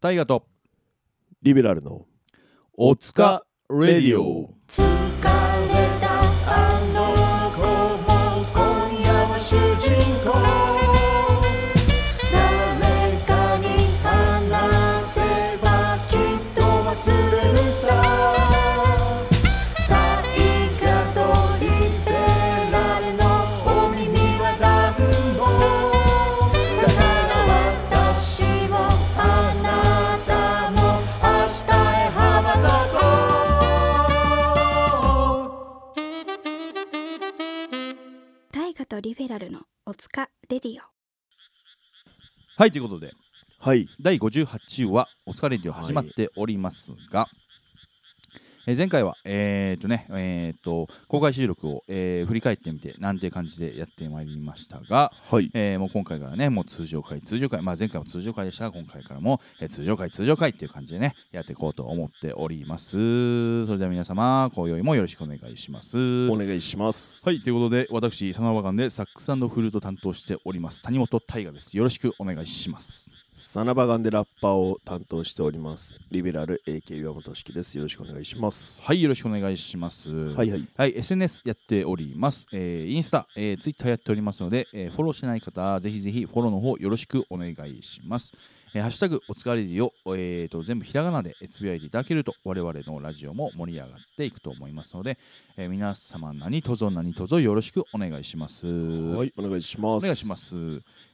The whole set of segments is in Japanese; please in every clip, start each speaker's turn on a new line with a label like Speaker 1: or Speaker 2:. Speaker 1: 大河と
Speaker 2: リベラルのおつかレディオ
Speaker 3: 疲れたあの子も今夜は主人公誰かに話せばきっと忘れるさ大河とリベラルのお耳は暖房だから私もあなたも明日へ羽ばたこう
Speaker 4: 大河とリベラルのおつかレディオ
Speaker 1: はいということで
Speaker 2: はい
Speaker 1: 第58話「お疲れディオ」始まっておりますが、えー前回はえっ、とねえっ、と公開収録を、えー振り返ってみてなんて感じでやってまいりましたが、
Speaker 2: はい
Speaker 1: えーもう今回からねもう通常回通常回、まあ、前回も通常回でしたが今回からも、えー通常回通常回っていう感じでねやっていこうと思っておりますそれでは皆様今宵もよろしくお願いします
Speaker 2: お願いします
Speaker 1: はい、ということで、私、佐野和館でサックスフルート担当しております、谷本大河です。よろしくお願いします。
Speaker 2: サナバガンでラッパーを担当しておりますリベラル AK 岩本式ですよろしくお願いします
Speaker 1: はい、よろしくお願いします。は、
Speaker 2: はいいはい
Speaker 1: SNS やっております。えーインスタ、えー、ツイッターやっておりますので、えーフォローしてない方、ぜひぜひフォローの方よろしくお願いします。えーハッシュタグお疲れりを、えー、と全部ひらがなでえーつぶやいていただけると我々のラジオも盛り上がっていくと思いますので、えー皆様何卒何卒よろしくお願いします。は
Speaker 2: はいお願いします
Speaker 1: お願いします。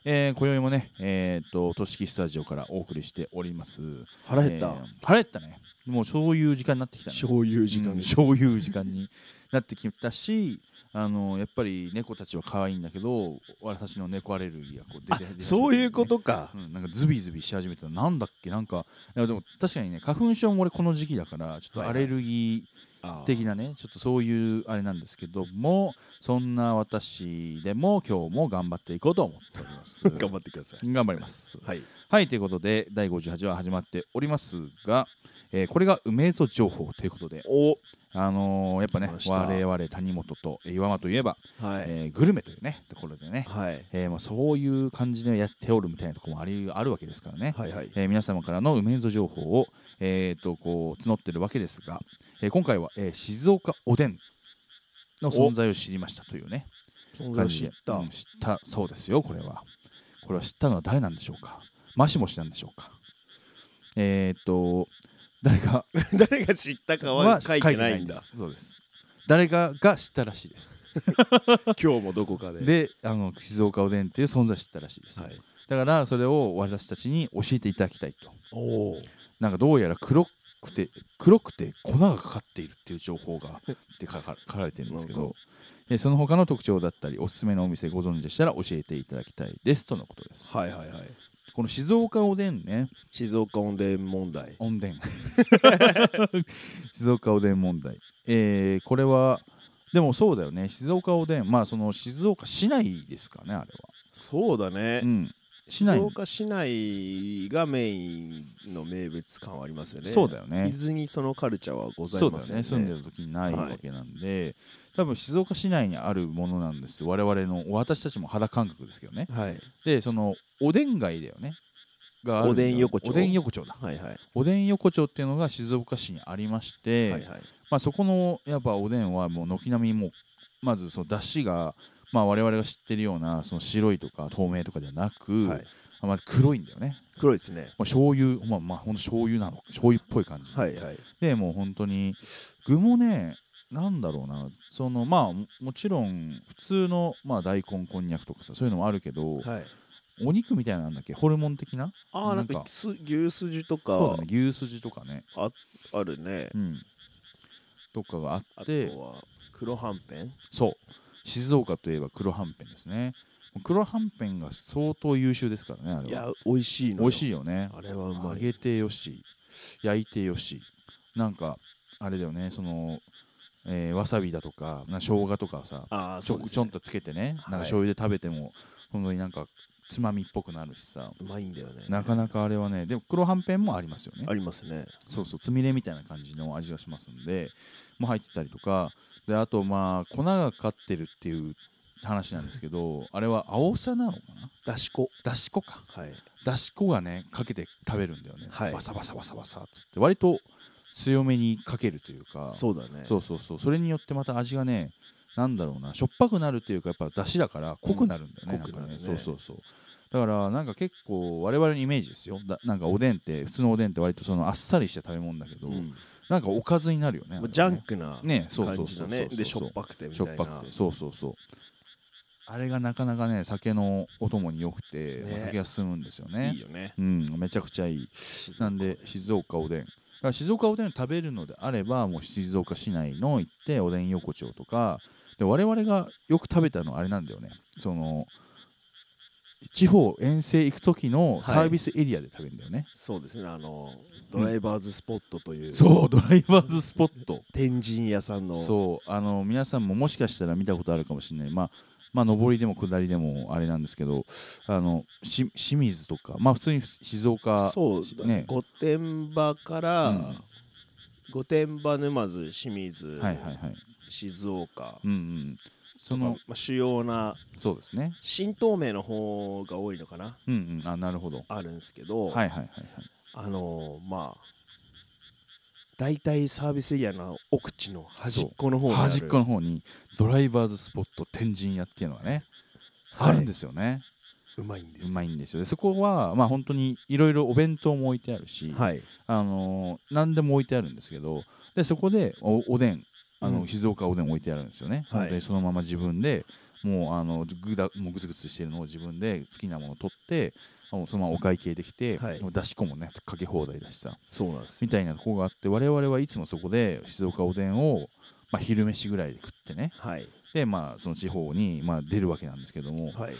Speaker 1: えー、今宵もね、えー、と、としきスタジオからお送りしております。
Speaker 2: 腹減った、
Speaker 1: えー腹減ったね。もうそういう時間になってきたね。
Speaker 2: そういう
Speaker 1: 時
Speaker 2: 時
Speaker 1: 間
Speaker 2: 間
Speaker 1: に
Speaker 2: です、
Speaker 1: そういう時間になってきたし、あのやっぱり猫たちは可愛いんだけど、私の猫アレルギーがこう出て
Speaker 2: あ
Speaker 1: 出始めて
Speaker 2: そういうことか
Speaker 1: う、ん、なんかズビズビし始めたなんだっけなんかいやでも確かにね花粉症も俺この時期だからちょっとアレルギ
Speaker 2: あ
Speaker 1: ー
Speaker 2: ー
Speaker 1: 的なねちょっとそういうあれなんですけどもそんな私でも今日も頑張っていこうと思っております
Speaker 2: 頑張ってください
Speaker 1: 頑張ります
Speaker 2: はい
Speaker 1: はいということで第58話始まっておりますが、えーこれが梅ぞ情報ということで
Speaker 2: お
Speaker 1: あのーやっぱね
Speaker 2: 来ました
Speaker 1: 我々谷本と岩間といえば、
Speaker 2: はい、
Speaker 1: えーグルメというねところでね、
Speaker 2: はい
Speaker 1: えーまあ、そういう感じでやっておるみたいなところもありあるわけですからね、
Speaker 2: はいはい
Speaker 1: えー皆様からの梅ぞ情報を、えー、とこう募ってるわけですが、えー今回は、えー静岡おでんの存在を知りましたというね
Speaker 2: 存在
Speaker 1: 感
Speaker 2: を
Speaker 1: じ
Speaker 2: 知
Speaker 1: で
Speaker 2: った、
Speaker 1: うん知ったそうですよこれはこれは知ったのは誰なんでしょうかマシモシなんでしょうかえっ、と誰か
Speaker 2: 誰が知ったか
Speaker 1: は
Speaker 2: は書いてないん
Speaker 1: 書いてないで
Speaker 2: だ
Speaker 1: すそうです誰かが知ったらしいです
Speaker 2: 今日もどこかで
Speaker 1: であの静岡おでんっていう存在を知ったらしいです、
Speaker 2: はい、
Speaker 1: だからそれを私たちに教えていただきたいと
Speaker 2: おお
Speaker 1: なんかどうやら黒くて黒くて粉がかかっているっていう情報がって書か書かれてるんですけ
Speaker 2: なん
Speaker 1: どえその他の特徴だったりおすすめのお店ご存知でしたら教えていただきたいですとのことです
Speaker 2: はいはいはい
Speaker 1: この静岡おでんね
Speaker 2: 静岡おでん問題
Speaker 1: おんでん 静岡おでん問題えーこれはでもそうだよね静岡おでんまあその静岡市内ですかねあれは
Speaker 2: そうだね、
Speaker 1: うん市
Speaker 2: 静
Speaker 1: 内
Speaker 2: 岡市内がメインの名物感はありますよね
Speaker 1: そうだよね
Speaker 2: 伊豆にそのカルチャーはござ
Speaker 1: そ
Speaker 2: いう
Speaker 1: だ
Speaker 2: ま
Speaker 1: よ
Speaker 2: せん
Speaker 1: ね住んでる時にないわけなんで、多分静岡市内にあるものなんです我々の私たちも肌感覚ですけどね
Speaker 2: はい
Speaker 1: でそのおでん街だよねがある
Speaker 2: おでん横丁
Speaker 1: おでん横丁だ
Speaker 2: はいはい
Speaker 1: おでん横丁っていうのが静岡市にありまして、
Speaker 2: はいはい
Speaker 1: まあ、そこのやっぱおでんはもう軒並みもうまずその出汁がまあ我々が知ってるようなその白いとか透明とかではなく、
Speaker 2: はい
Speaker 1: まず黒いんだよね、
Speaker 2: 黒いですね
Speaker 1: まあ、醤油まあまあほんと醤油なの醤油っぽい感じ、
Speaker 2: はいはい
Speaker 1: でもう本当に具もねなんだろうなそのまあももちろん普通の、まあ、大根こんにゃくとかさそういうのもあるけど、
Speaker 2: はい
Speaker 1: お肉みたいなのなんだっけホルモン的な
Speaker 2: ああ
Speaker 1: な
Speaker 2: なんん
Speaker 1: か
Speaker 2: かす牛すじ
Speaker 1: そ
Speaker 2: と
Speaker 1: う
Speaker 2: か
Speaker 1: だね牛すじとかね、
Speaker 2: あるね
Speaker 1: うん、とかがあ
Speaker 2: あ
Speaker 1: っ
Speaker 2: と
Speaker 1: て
Speaker 2: は黒はんぺん
Speaker 1: そう静岡といえば黒はんぺんですね黒はんぺんが相当優秀ですからねあ
Speaker 2: い
Speaker 1: れは
Speaker 2: や美味しいの
Speaker 1: 美味しい
Speaker 2: い
Speaker 1: よね
Speaker 2: あれはう
Speaker 1: 揚
Speaker 2: まい
Speaker 1: げてよし焼いてよしなんかあれだよねその、えーわさびだとかな生姜とかさ
Speaker 2: ああ
Speaker 1: ち
Speaker 2: そ
Speaker 1: ょ
Speaker 2: うですね
Speaker 1: ちょんとつけてね、なんか
Speaker 2: はい
Speaker 1: 醤油で食べても本当になんかつまみっぽくなるしさ
Speaker 2: うまいんだよね
Speaker 1: なかなかあれはねでも黒はんぺんもありますよね
Speaker 2: ありますね
Speaker 1: そうそうつみれみたいな感じの味がしますんでもう入ってたりとかであとまあ粉がかかってるっていう話なんですけどあれは青さなのかな
Speaker 2: だし粉
Speaker 1: だし粉か
Speaker 2: はい
Speaker 1: だし粉がねかけて食べるんだよね、
Speaker 2: はい
Speaker 1: バサバサバサバサっつって割と強めにかけるというか
Speaker 2: そうだね
Speaker 1: そうそうそうそれによってまた味がねなんだろうなしょっぱくなるっていうかやっぱ出汁だから濃くなるんだよね,、
Speaker 2: うん
Speaker 1: なんか
Speaker 2: 濃くな
Speaker 1: ね
Speaker 2: るね
Speaker 1: そうそうそうだからなんか結構我々のイメージですよだなんかおでんって普通のおでんって割とそのあっさりした食べ物だけど、
Speaker 2: うん
Speaker 1: なんかおかずになるよねあれ
Speaker 2: も
Speaker 1: ね
Speaker 2: うジャンクな
Speaker 1: ねそうそ
Speaker 2: 感
Speaker 1: う
Speaker 2: じ
Speaker 1: そ
Speaker 2: だ
Speaker 1: う
Speaker 2: ね
Speaker 1: そう
Speaker 2: でしょっぱくてみ
Speaker 1: しょ
Speaker 2: た
Speaker 1: っ
Speaker 2: い
Speaker 1: ぱく
Speaker 2: な
Speaker 1: てそうそうそうあれがなかなかね酒のお供によくて、
Speaker 2: ね
Speaker 1: お酒が進むんですよね
Speaker 2: いいよね
Speaker 1: うんめちゃくちゃいいなんで静岡おでんだから静岡おでんを食べるのであればもう静岡市内の行っておでん横丁とかで我々がよく食べたのはあれなんだよねその地方遠征行く時のサービスエリアで食べるんだよね、
Speaker 2: そうですねあのドライバーズスポットという
Speaker 1: そうドライバーズスポット
Speaker 2: 天神屋さんの
Speaker 1: そうあの皆さんももしかしたら見たことあるかもしれないまあまあ上りでも下りでもあれなんですけどあのし清水とかまあ普通に静岡
Speaker 2: そうだね
Speaker 1: ね
Speaker 2: 御殿場
Speaker 1: う
Speaker 2: か
Speaker 1: ん
Speaker 2: ら御殿場沼津清水
Speaker 1: はいはいはい
Speaker 2: 静岡
Speaker 1: うんうんそ
Speaker 2: とかま
Speaker 1: の
Speaker 2: あ主要な
Speaker 1: そうですね
Speaker 2: 新東名の方が多いのかな
Speaker 1: うんうんあなるほど
Speaker 2: あるんですけど
Speaker 1: はいはいはいはい
Speaker 2: あのーまあ大体サービスエリアの奥地の端っこの方にある
Speaker 1: 端っこの方にドライバーズスポット天神屋っていうのがね、
Speaker 2: はい
Speaker 1: あるんですよね
Speaker 2: うまいんで
Speaker 1: う
Speaker 2: す
Speaker 1: まいんですよでそこはまあ本当にいろいろお弁当も置いてあるし、
Speaker 2: はい
Speaker 1: あのー何でも置いてあるんですけどでそこでおおでんあの、
Speaker 2: うん
Speaker 1: 静岡おでん置いてあるんですよね、
Speaker 2: はい
Speaker 1: 本当にそのまま自分でもうあのぐだもうグツグツしてるのを自分で好きなものを取ってあのそのままお会計できて、
Speaker 2: はい
Speaker 1: もう出し子もねかけ放題だしさ
Speaker 2: そうなんです
Speaker 1: みたいなとこがあって我々はいつもそこで静岡おでんを、まあ、昼飯ぐらいで食ってね
Speaker 2: はい
Speaker 1: でまあその地方に、まあ、出るわけなんですけども、
Speaker 2: はい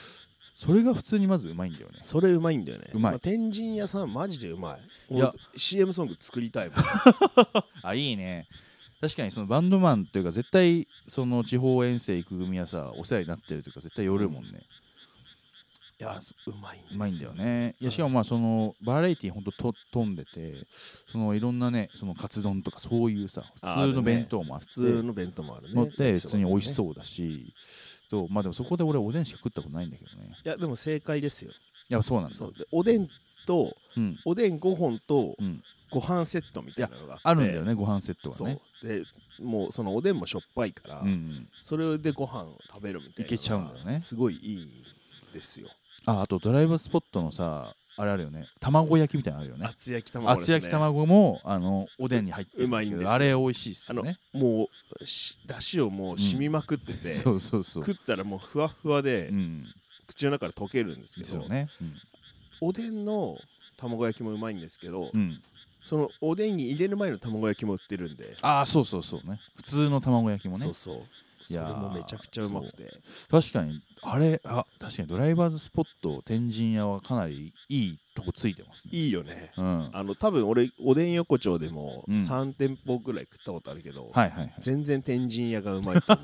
Speaker 1: それが普通にまずうまいんだよね
Speaker 2: それうまいんだよね
Speaker 1: うまい
Speaker 2: あ天神屋さんマジでうまい
Speaker 1: いや
Speaker 2: もう CM ソング作りたいもん
Speaker 1: あいいね確かにそのバンドマンっていうか絶対その地方遠征行く組はさお世話になってるというか絶対寄るもんね、
Speaker 2: いやうまいんです
Speaker 1: うまいんだよねいやしかもまあそのバラエティーほんとと飛んでてそのいろんなねそのカツ丼とかそういうさ
Speaker 2: あ
Speaker 1: 普通
Speaker 2: ある
Speaker 1: の
Speaker 2: ね
Speaker 1: 弁当もあって
Speaker 2: 普通の弁当もあるね
Speaker 1: 持って普通に美味し
Speaker 2: う
Speaker 1: そうだしそうまあでもそこで俺おでんしか食ったことないんだけどね
Speaker 2: いやでも正解ですよ
Speaker 1: いやそうなんだ
Speaker 2: そうでおでんと
Speaker 1: うん
Speaker 2: おでん5本と
Speaker 1: うん
Speaker 2: ご飯セットみたいなのが
Speaker 1: あ
Speaker 2: って
Speaker 1: るんだよねご飯セットがね
Speaker 2: そうでもうそのおでんもしょっぱいから、
Speaker 1: うんうん
Speaker 2: それでご飯を食べるみたいなのが
Speaker 1: いけちゃうんだよね
Speaker 2: すごいいいですよ
Speaker 1: ああとドライブスポットのさあれあるよね卵焼きみたいなのあるよね
Speaker 2: 厚焼き卵です
Speaker 1: 厚
Speaker 2: ね
Speaker 1: 焼き卵もあのおでんに入ってる
Speaker 2: うまいんですよ
Speaker 1: あれ美味しいっすよね
Speaker 2: もうしだしをもう染みまくってて、
Speaker 1: そうそうそう
Speaker 2: 食ったらもうふわふわで、
Speaker 1: うん
Speaker 2: 口の中で溶けるんですけ
Speaker 1: です
Speaker 2: ど、
Speaker 1: よね
Speaker 2: おでんの卵焼きもうまいんですけど、
Speaker 1: うんうん
Speaker 2: そのおでんに入れる前の卵焼きも売ってるんで、
Speaker 1: ああそうそうそうね普通の卵焼きもね
Speaker 2: そうそうそれ
Speaker 1: やー
Speaker 2: もめちゃくちゃうまくて
Speaker 1: 確かにあれあ確かにドライバーズスポット天神屋はかなりいいとこついてますね
Speaker 2: いいよね
Speaker 1: うんはい
Speaker 2: あの多分俺おでん横丁でも
Speaker 1: うん
Speaker 2: 3店舗ぐらい食ったことあるけど、
Speaker 1: はいはい
Speaker 2: 全然天神屋がうまいと思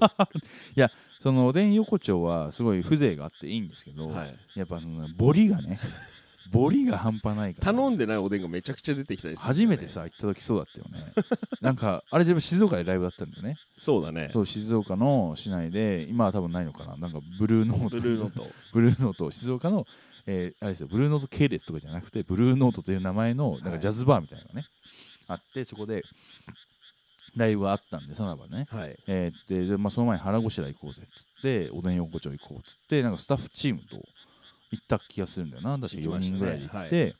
Speaker 1: そのおでん横丁はすごい風情があっていいんですけど、
Speaker 2: う、はい
Speaker 1: やっぱあのねボリが ねボリが半端ないから
Speaker 2: 頼んでないおでんがめちゃくちゃ出てきたりするんだ
Speaker 1: 初
Speaker 2: よね
Speaker 1: めてさ行った時そうだったよねなんかあれでも静岡でライブだったんだよね
Speaker 2: そうだね
Speaker 1: そう静岡の市内で今は多分ないのかななんかブルーノート
Speaker 2: ブルーノート
Speaker 1: ブルーノート静岡の、えーあれですよブルーノート系列とかじゃなくてブルーノートという名前のなん
Speaker 2: は
Speaker 1: か
Speaker 2: い
Speaker 1: ジャズバーみたいなのがね、あってそこでライブがあったんでさなばね
Speaker 2: はい
Speaker 1: えーででまあ、その前に腹ごしらえ行こうぜっつっておでん横丁行こうっつってなんかスタッフチームと行った気がするんだよな確か
Speaker 2: 行き
Speaker 1: 4
Speaker 2: ました
Speaker 1: 人
Speaker 2: ね
Speaker 1: ぐらいで行って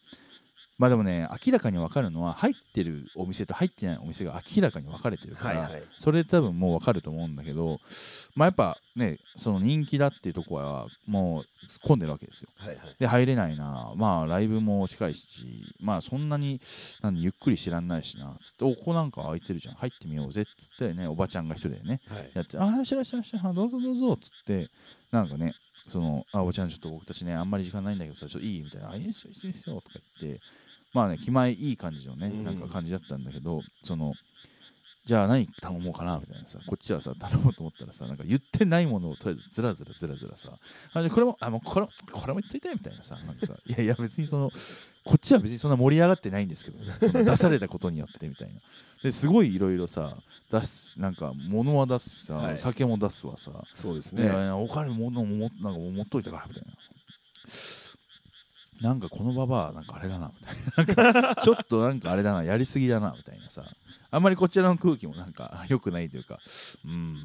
Speaker 1: ま,、あでもね明らかに分かるのは入ってるお店と入ってないお店が明らかに分かれてるか
Speaker 2: はい
Speaker 1: ら、
Speaker 2: はい
Speaker 1: それ多分もう分かると思うんだけど、まあ、やっぱねその人気だっていうとこはもう混んでるわけですよ
Speaker 2: はいはい
Speaker 1: で入れないなまあライブも近いしまあそんなになんゆっくりしてらんないしなつって「おここなんか空いてるじゃん入ってみようぜ」っつってねおばちゃんが一人でね
Speaker 2: はい
Speaker 1: やって「あいらっしゃいらっしゃいらっしゃいあどうぞどうぞ」っつってなんかねそのあおばちゃんちょっと僕たちねあんまり時間ないんだけどさちょっといいみたいな「あいいっすよいいっすよいいっすよ」とか言ってまあね気前いい感じのね
Speaker 2: うん
Speaker 1: なんか感じだったんだけど、そのじゃあ何頼もうかなみたいなさこっちはさ頼もうと思ったらさなんか言ってないものをとりあえずずらずらずらずらさあじゃあこれもあもうこれもこれも言っといてみたいなさなんかさいやいや別にそのこっちは別にそんな盛り上がってないんですけどその出されたことによってみたいなですごいいろいろさ出すなんか物は出すしさ、
Speaker 2: はい
Speaker 1: 酒も出すわさ、
Speaker 2: そうです
Speaker 1: ね
Speaker 2: ね
Speaker 1: お金も物も持なんか持っといたからみたいななんかこのババアなんかあれだなみたいな なんかちょっとなんかあれだなやりすぎだなみたいなさあんまりこちらの空気もなんか良くないというかうん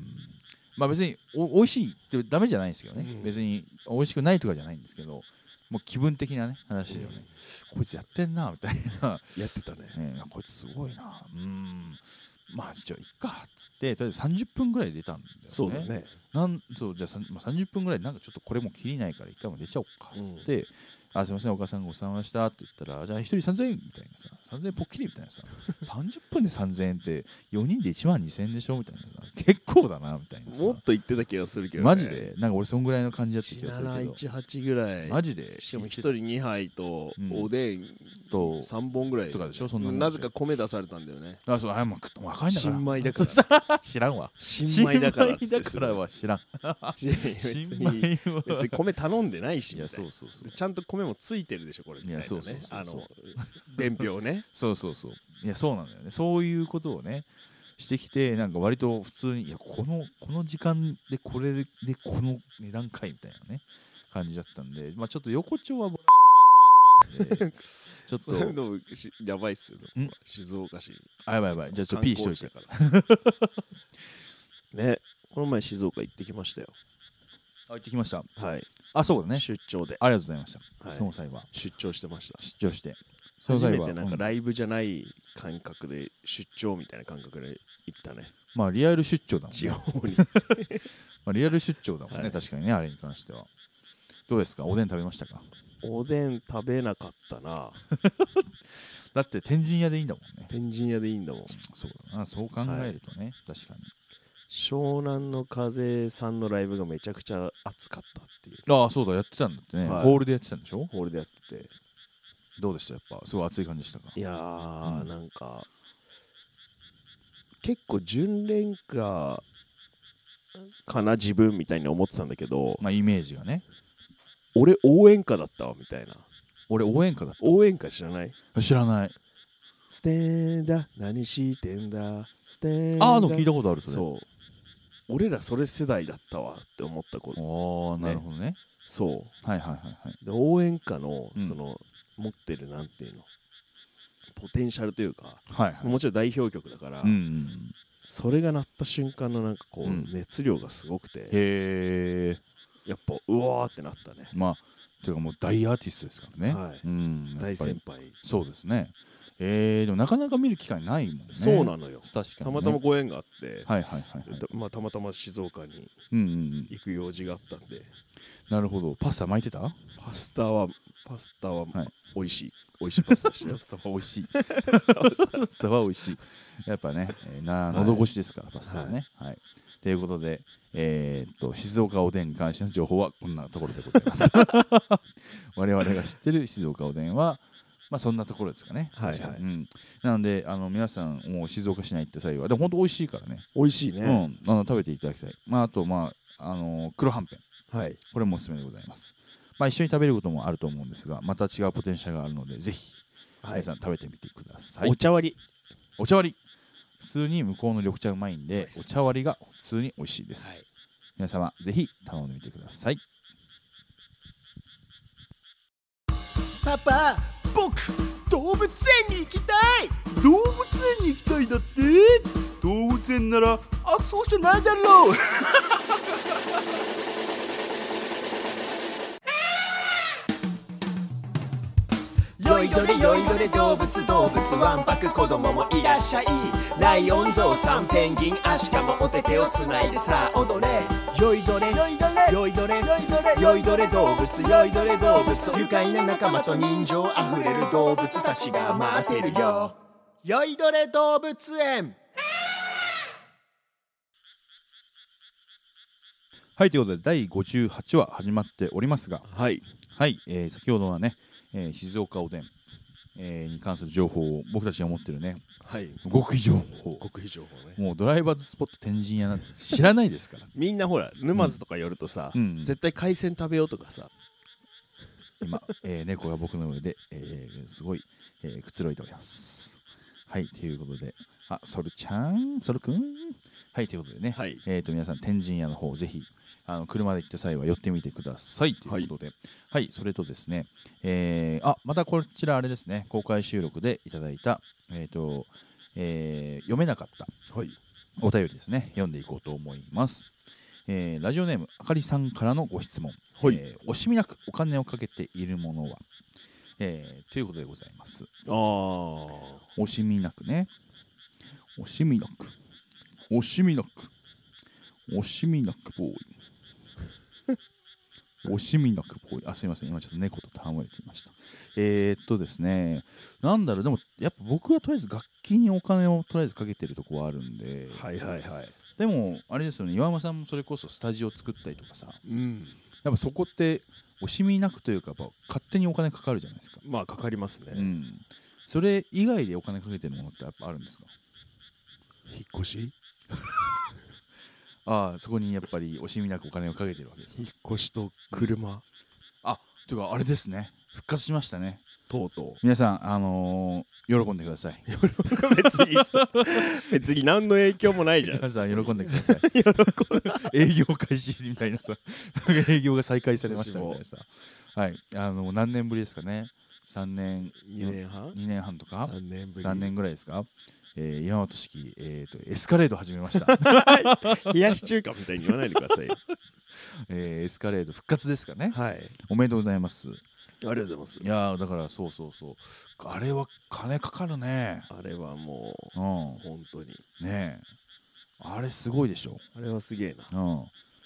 Speaker 1: まあ別にお美味しいってダメじゃないですけどね、
Speaker 2: うん
Speaker 1: 別に美味しくないとかじゃないんですけどもう気分的なね話ですよね、こいつやってんなみたいな
Speaker 2: やってたね
Speaker 1: ねえこいつすごいなうんまあじゃあいっかっつってとりあえず30分ぐらい出たんだよね
Speaker 2: そうだね
Speaker 1: なんそうじゃあ、さんまあ、30分ぐらいでなんかちょっとこれもう切りないから一回もう出ちゃおうかっつって、あすいませんお母さんごちそうさまでしたって言ったらじゃあ1人3000円みたいなさ3000円ポッキリみたい なさ30分で3000円って4人で1万2000円でしょみたいなさ結構だなみたいなさ
Speaker 2: もっと言ってた気がするけどね
Speaker 1: マジでなんか俺そんぐらいの感じだった気がするけど
Speaker 2: 1718ぐらい
Speaker 1: マジで
Speaker 2: しかも1人2杯と
Speaker 1: うん
Speaker 2: おでん
Speaker 1: と
Speaker 2: 3本ぐらい
Speaker 1: とかでしょそんなもんでしょ
Speaker 2: なぜか米出されたんだよね
Speaker 1: あそうあもう食っても若いんだから
Speaker 2: 新米 だから
Speaker 1: ら知らんわ
Speaker 2: 新米だからっつって
Speaker 1: 新米だからは知らん
Speaker 2: 新
Speaker 1: 新
Speaker 2: 米 別に
Speaker 1: 米は
Speaker 2: 別に米頼んでないし
Speaker 1: い
Speaker 2: み
Speaker 1: や
Speaker 2: たい
Speaker 1: そ
Speaker 2: な
Speaker 1: うそうそう
Speaker 2: でちゃんと米もついてるでしょこれみたいなね
Speaker 1: そうそうそうそう
Speaker 2: あの伝 票ね
Speaker 1: そうそうそういやそうなんだよねそういうことをねしてきてなんか割と普通にいやこのこの時間でこれでこの値段かいみたいなね感じだったんでまあちょっと横丁 はぼでちょっ
Speaker 2: そうい
Speaker 1: と
Speaker 2: うのもしやばいっすよ
Speaker 1: ん
Speaker 2: ね静岡市
Speaker 1: あやばいやばいじゃあちょっと P しといて
Speaker 2: 観光地だからねこの前静岡行ってきましたよ
Speaker 1: あ行ってきました
Speaker 2: はい
Speaker 1: あそうだね
Speaker 2: 出張で
Speaker 1: ありがとうございました、
Speaker 2: はい
Speaker 1: その際は
Speaker 2: 出張してました
Speaker 1: 出張してその
Speaker 2: 初
Speaker 1: 際
Speaker 2: め
Speaker 1: は
Speaker 2: てなんか
Speaker 1: うん
Speaker 2: ライブじゃない感覚で出張みたいな感覚で行った ね
Speaker 1: まあリアル出張だもん
Speaker 2: 地
Speaker 1: ね、
Speaker 2: 方に
Speaker 1: まあ、リアル出張だもんね、
Speaker 2: はい
Speaker 1: 確かにねあれに関してはどうですかおでん食べましたか
Speaker 2: おでん食べなかったな
Speaker 1: だって天神屋でいいんだもんね
Speaker 2: 天神屋でいいんだもん
Speaker 1: そうだなそう考えるとね、確かに
Speaker 2: 湘南の風さんのライブがめちゃくちゃ熱かったっていう
Speaker 1: ああそうだやってたんだってね、
Speaker 2: はい
Speaker 1: ホールでやってたんでしょ
Speaker 2: ホールでやってて
Speaker 1: どうでしたやっぱすごい熱い感じでしたか
Speaker 2: いやー、
Speaker 1: うん
Speaker 2: なんか結構純恋歌かな自分みたいに思ってたんだけど
Speaker 1: まあイメージがね
Speaker 2: 俺応援歌だったわみたいな
Speaker 1: 俺応援歌だっ
Speaker 2: 応援歌知らない
Speaker 1: た知らない
Speaker 2: ステンダ何してんだステンダ
Speaker 1: ああでも聞いたことあるそれう
Speaker 2: そう俺らそれ世代だったわって思ったこと
Speaker 1: ああなるほどね
Speaker 2: そう
Speaker 1: はいはいはいはい
Speaker 2: で応援歌の
Speaker 1: うん
Speaker 2: その、持ってるなんていうのポテンシャルというか
Speaker 1: はいはい
Speaker 2: もちろん代表曲だから、
Speaker 1: うんうんうん
Speaker 2: それが鳴った瞬間のなんかこう、
Speaker 1: うん
Speaker 2: 熱量がすごくて
Speaker 1: へえ
Speaker 2: やっぱうわーってなったね
Speaker 1: まあていうかもう大アーティストですからね、
Speaker 2: はい
Speaker 1: うんやっぱり
Speaker 2: 大先輩
Speaker 1: そうですねえー、でもなかなか見る機会ないもんね
Speaker 2: そうなのよ
Speaker 1: 確かに、ね、
Speaker 2: たまたまご縁があって、
Speaker 1: はいはいはい、はい
Speaker 2: たまあ、たまたま静岡に
Speaker 1: うんうんうん、
Speaker 2: 行く用事があったんで
Speaker 1: なるほどパスタ巻いてた
Speaker 2: パスタはパスタは
Speaker 1: はい
Speaker 2: 美味しい、美味しいパスタでしたよ
Speaker 1: パスタは美味しい。パスタは美味しい。やっぱね、えーな
Speaker 2: はい
Speaker 1: 喉越しですから、パスタはね。はい。ということで、えーっと、静岡おでんに関しての情報はこんなところでござい ます。我々が知ってる静岡おでんは、まあそんなところですかね。
Speaker 2: はいはい
Speaker 1: 確かにうん、なので、あの皆さん、もう静岡市内行った際は、でも本当美味しいからね。
Speaker 2: 美味しいね、
Speaker 1: うん、あの食べていただきたい。まああと、まあ、あの黒はんぺん。
Speaker 2: はい
Speaker 1: これもおすすめでございます。まあ一緒に食べることもあると思うんですが、また違うポテンシャルがあるので、ぜひ。
Speaker 2: は
Speaker 1: 皆
Speaker 2: い
Speaker 1: さん食べてみてください。
Speaker 2: お茶割り
Speaker 1: お茶割り普通に向こうの緑茶うまいんで、
Speaker 2: す
Speaker 1: お茶割りが普通に美味しいです、
Speaker 2: はい
Speaker 1: 皆様ぜひ頼んでみてください
Speaker 5: パパ僕動物園に行きたい動物園に行きたいだって動物園ならあそうじゃないだろう よいどれよいどれ動物動物わんぱく子供もいらっしゃいライオンゾウさんペンギンアシカもお手手をつないでさあ踊れよいどれよいどれよいどれよいどれよいどれ動物よいどれ動物愉快な仲間と人情あふれる動物たちが待ってるよよいどれ動物園
Speaker 1: はいということで第58話始まっておりますが
Speaker 2: はい
Speaker 1: はい、えー先ほどはね、えー静岡おでん、えーに関する情報を僕たちが持ってるね
Speaker 2: はい
Speaker 1: 極秘情報
Speaker 2: 極秘情報ね
Speaker 1: もうドライバーズスポット天神屋なんて知らないですから
Speaker 2: みんなほら沼津とか寄るとさ、
Speaker 1: うん
Speaker 2: 絶対海鮮食べようとかさ
Speaker 1: 今、えー猫が僕の上で、えーすごい、えーくつろいでおりますはいということであソルちゃんソルくんはいということでね
Speaker 2: はい
Speaker 1: えー、と皆さん天神屋の方ぜひあの車で行った際は寄ってみてくださいということで、はい、それとですね、えーあまたこちらあれですね、公開収録でいただいた、えーとえー読めなかった
Speaker 2: はい
Speaker 1: お便りですね、読んでいこうと思います。えーラジオネーム、あかりさんからのご質問、
Speaker 2: はい
Speaker 1: えー惜しみなくお金をかけているものは、えーということでございます。
Speaker 2: ああ
Speaker 1: 惜しみなくね。惜しみなく。惜しみなく。惜しみなくボーイ。 惜しみなくボーイ。あ、すいません。今ちょっと猫と戯れていました。えー、っとですね。なんだろう。でも、やっぱ僕はとりあえず楽器にお金をとりあえずかけてるとこはあるんで。
Speaker 2: はいはいはい
Speaker 1: でも、あれですよね。岩山さんもそれこそスタジオ作ったりとかさ。
Speaker 2: うん
Speaker 1: やっぱそこって惜しみなくというか、やっぱ勝手にお金かかるじゃないですか。
Speaker 2: まあかかりますね、
Speaker 1: うん。それ以外でお金かけてるものってやっぱあるんですか
Speaker 2: 引っ越し
Speaker 1: ああそこにやっぱり惜しみなくお金をかけてるわ けですか
Speaker 2: 引っ越しと車
Speaker 1: あというかあれですね復活しましたね
Speaker 2: とう と
Speaker 1: 皆さんあのー喜んでくださいう
Speaker 2: 別にさ別に何の影響もないじゃん
Speaker 1: 皆さ ん喜んでください営業開始みたいなさ なんか営業が再開されましたみたいなさはいあの何年ぶりですかね3年
Speaker 2: 2年半
Speaker 1: 2年半とか
Speaker 2: 3年ぶり
Speaker 1: 3年ぐらいですかえー、山本式、えー、とエスカレード始めました、
Speaker 2: 冷やし中華みたいに言わないでくださいよ
Speaker 1: えーエスカレード復活ですかね
Speaker 2: はい あり
Speaker 1: おめでとうございます
Speaker 2: がとうございます
Speaker 1: いやーだからそうそうそうあれは金かかるね
Speaker 2: あれはも
Speaker 1: う
Speaker 2: うん本当に
Speaker 1: ねえあれすごいでしょ、
Speaker 2: あれはすげえな
Speaker 1: うん、